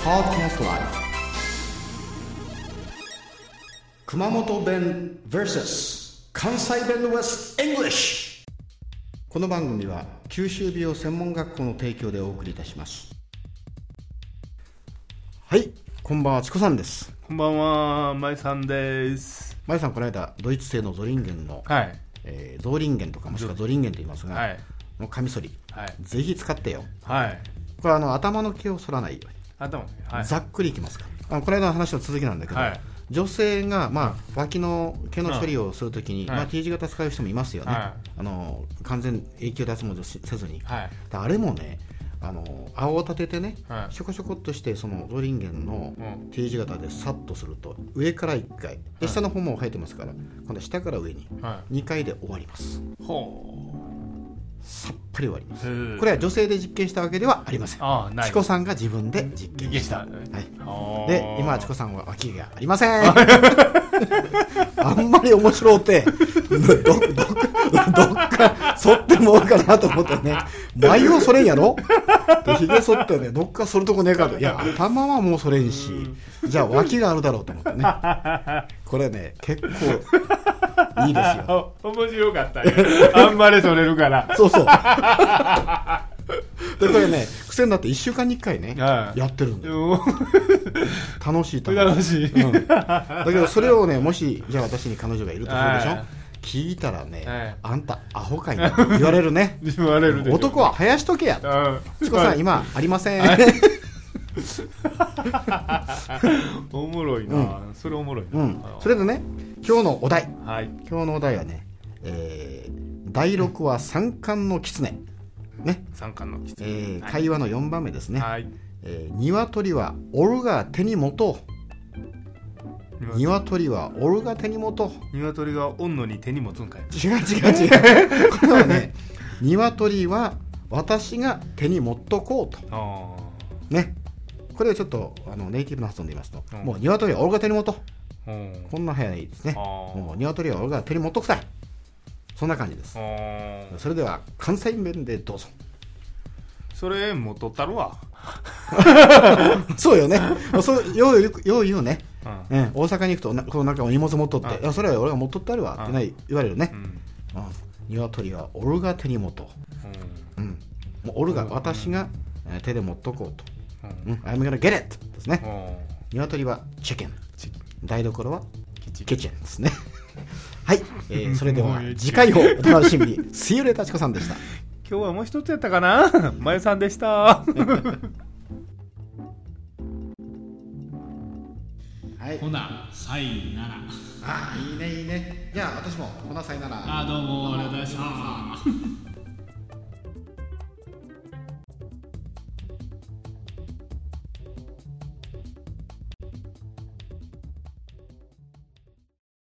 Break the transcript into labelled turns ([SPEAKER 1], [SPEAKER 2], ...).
[SPEAKER 1] Podcast Live 熊本弁 vs 関西弁の West English この番組は九州美容専門学校の提供でお送りいたしますはいこんばんはチコさんです
[SPEAKER 2] こんばんは、まいさんです。
[SPEAKER 1] まゆさんこの間ドイツ製のゾリンゲンの、
[SPEAKER 2] はい。
[SPEAKER 1] えーゾーリンゲンとかもしくはゾリンゲンと言いますが、
[SPEAKER 2] はい。
[SPEAKER 1] のカミソリ
[SPEAKER 2] はい。
[SPEAKER 1] ぜひ使ってよ
[SPEAKER 2] はい。
[SPEAKER 1] これはあの頭の毛を剃らないように
[SPEAKER 2] 頭、はい。
[SPEAKER 1] ざっくりいきますかあのこの間の話の続きなんだけど、
[SPEAKER 2] はい
[SPEAKER 1] 女性が、まあ、脇の毛の処理をするときに、
[SPEAKER 2] はい
[SPEAKER 1] まあ、T 字型使う人もいますよね、
[SPEAKER 2] は
[SPEAKER 1] あの完全永久脱毛せずに、
[SPEAKER 2] はい。
[SPEAKER 1] であれもねあの青を立ててね、
[SPEAKER 2] はい
[SPEAKER 1] ショコショコっとしてそのゾリンゲンの
[SPEAKER 2] うん
[SPEAKER 1] T 字型でサッとすると上から1回で下の方も生えてますから今度は下から上に
[SPEAKER 2] は
[SPEAKER 1] 2回で終わります
[SPEAKER 2] い。ほ
[SPEAKER 1] さっぱり終わります
[SPEAKER 2] う。へー
[SPEAKER 1] これは女性で実験したわけではありません
[SPEAKER 2] ああ、ない。
[SPEAKER 1] チコさんが自分で実
[SPEAKER 2] 実
[SPEAKER 1] 験
[SPEAKER 2] 験
[SPEAKER 1] し
[SPEAKER 2] したた。
[SPEAKER 1] はい
[SPEAKER 2] は
[SPEAKER 1] で今はチコさんは脇がありません あんまり面白うてどどどどっか剃ってもらおうかなと思ったらね眉を剃れんやろでひげ剃ってねどっか剃るとこねえかといや頭はもう剃れんしじゃあ脇があるだろうと思ってねこれね結構いいですよ
[SPEAKER 2] あ 面白かったね。あんまりそれるから。
[SPEAKER 1] そうそうでこれね癖になって1週間に1回ね
[SPEAKER 2] は
[SPEAKER 1] や
[SPEAKER 2] い
[SPEAKER 1] ってるんだよ
[SPEAKER 2] う
[SPEAKER 1] 楽しい楽
[SPEAKER 2] ん
[SPEAKER 1] しい
[SPEAKER 2] 楽しい。
[SPEAKER 1] うんだけどそれをねもしじゃあ私に彼女がいるとするでしょ、
[SPEAKER 2] はい
[SPEAKER 1] 聞いたらね、
[SPEAKER 2] はい
[SPEAKER 1] あんたアホかいなって言われる ね
[SPEAKER 2] 言われるでしょ。
[SPEAKER 1] 男は生やしとけや
[SPEAKER 2] うん。
[SPEAKER 1] チコさん今ありません
[SPEAKER 2] おもろいな。それおもろいな。
[SPEAKER 1] うん
[SPEAKER 2] あ
[SPEAKER 1] それでね今日のお題
[SPEAKER 2] はい。
[SPEAKER 1] 今日のお題はね、えー第6話三冠の狐ね、
[SPEAKER 2] 三冠の質
[SPEAKER 1] え
[SPEAKER 2] 問
[SPEAKER 1] ー
[SPEAKER 2] はい
[SPEAKER 1] 会話の4番目ですね、
[SPEAKER 2] はい。
[SPEAKER 1] えー鶏はオルが手に持とう鶏はオルが手に持とう
[SPEAKER 2] 鶏がおんのに手に持つんかい。
[SPEAKER 1] 違う違う違うこれはね鶏は私が手に持っとこうと
[SPEAKER 2] あ
[SPEAKER 1] ねこれをちょっとあのネイティブの発音で言いますと、
[SPEAKER 2] うん
[SPEAKER 1] もう鶏は俺が手に持っとう
[SPEAKER 2] あ。うん。
[SPEAKER 1] こんな早いですね
[SPEAKER 2] あー
[SPEAKER 1] もう鶏は俺が手に持っとくさいそんな感じです
[SPEAKER 2] あー
[SPEAKER 1] それでは関西弁でどうぞ
[SPEAKER 2] それも取ったるわ、
[SPEAKER 1] そうよねそうようよくよう言うね、
[SPEAKER 2] うん
[SPEAKER 1] うん、大阪に行くとなこうなんかお荷物持っとって
[SPEAKER 2] う
[SPEAKER 1] 「
[SPEAKER 2] ん
[SPEAKER 1] いやそれは俺が持っとってあるわ」ってね言われるね
[SPEAKER 2] う、ん
[SPEAKER 1] うん、鶏は俺が手に持とううん、もう俺が私がえー手で持っとこうと、
[SPEAKER 2] うん
[SPEAKER 1] うん、I'm gonna get it ですね
[SPEAKER 2] うん
[SPEAKER 1] 鶏はチキン
[SPEAKER 2] チキ
[SPEAKER 1] 台所は
[SPEAKER 2] キチ
[SPEAKER 1] キッチンですね はい、えーそれでは
[SPEAKER 2] もういい
[SPEAKER 1] 次回をお楽しみに See you later チコさんでした
[SPEAKER 2] 今日はもう一つやったかなまゆさんでした
[SPEAKER 1] はい
[SPEAKER 3] ほな、サインなら。
[SPEAKER 1] ああいいねいいねじゃあ私もこなさいなら
[SPEAKER 3] あ、どうも、ありがとうございました。